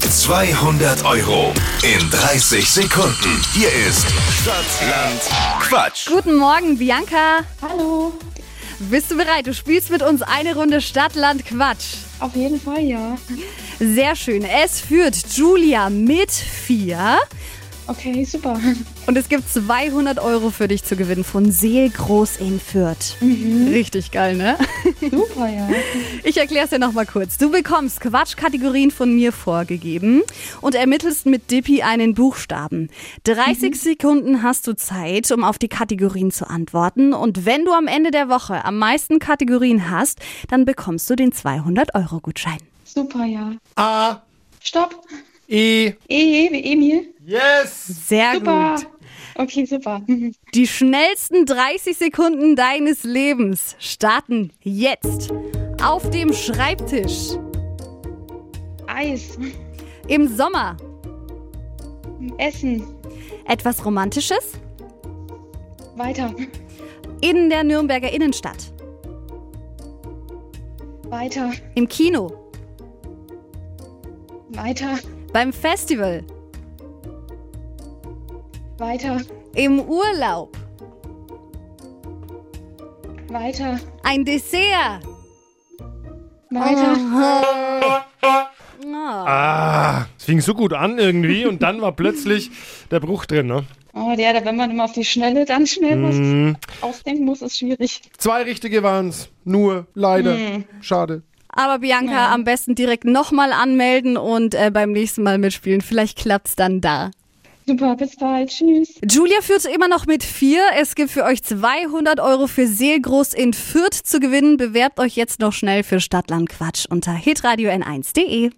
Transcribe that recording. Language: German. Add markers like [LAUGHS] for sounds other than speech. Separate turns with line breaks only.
200 Euro in 30 Sekunden. Hier ist Stadtland Quatsch.
Guten Morgen, Bianca.
Hallo,
Bist du bereit? Du spielst mit uns eine Runde Stadtland Quatsch.
auf jeden Fall ja.
Sehr schön. Es führt Julia mit vier.
Okay, super. [LAUGHS]
Und es gibt 200 Euro für dich zu gewinnen von Seelgroß in Fürth. Richtig geil, ne?
Super, ja.
Ich erkläre es dir nochmal kurz. Du bekommst Quatschkategorien von mir vorgegeben und ermittelst mit Dippy einen Buchstaben. 30 Sekunden hast du Zeit, um auf die Kategorien zu antworten. Und wenn du am Ende der Woche am meisten Kategorien hast, dann bekommst du den 200-Euro-Gutschein.
Super, ja.
A,
Stopp.
E.
E wie Emil.
Yes!
Sehr
Super.
gut.
Okay, super. [LAUGHS]
Die schnellsten 30 Sekunden deines Lebens starten jetzt. Auf dem Schreibtisch.
Eis.
Im Sommer.
Essen.
Etwas Romantisches.
Weiter.
In der Nürnberger Innenstadt.
Weiter.
Im Kino.
Weiter.
Beim Festival.
Weiter.
Im Urlaub.
Weiter.
Ein Dessert.
Weiter.
Ah, es fing so gut an irgendwie und dann war plötzlich der Bruch drin, ne?
Oh, der, der, wenn man immer auf die Schnelle dann schnell
Mhm.
was ausdenken muss, ist schwierig.
Zwei richtige waren's. Nur, leider. Schade.
Aber Bianca, am besten direkt nochmal anmelden und äh, beim nächsten Mal mitspielen. Vielleicht klappt's dann da.
Super, bis bald. Tschüss.
Julia führt immer noch mit vier. Es gibt für euch 200 Euro für Seelgroß in Fürth zu gewinnen. Bewerbt euch jetzt noch schnell für Stadtland Quatsch unter hitradio n1.de.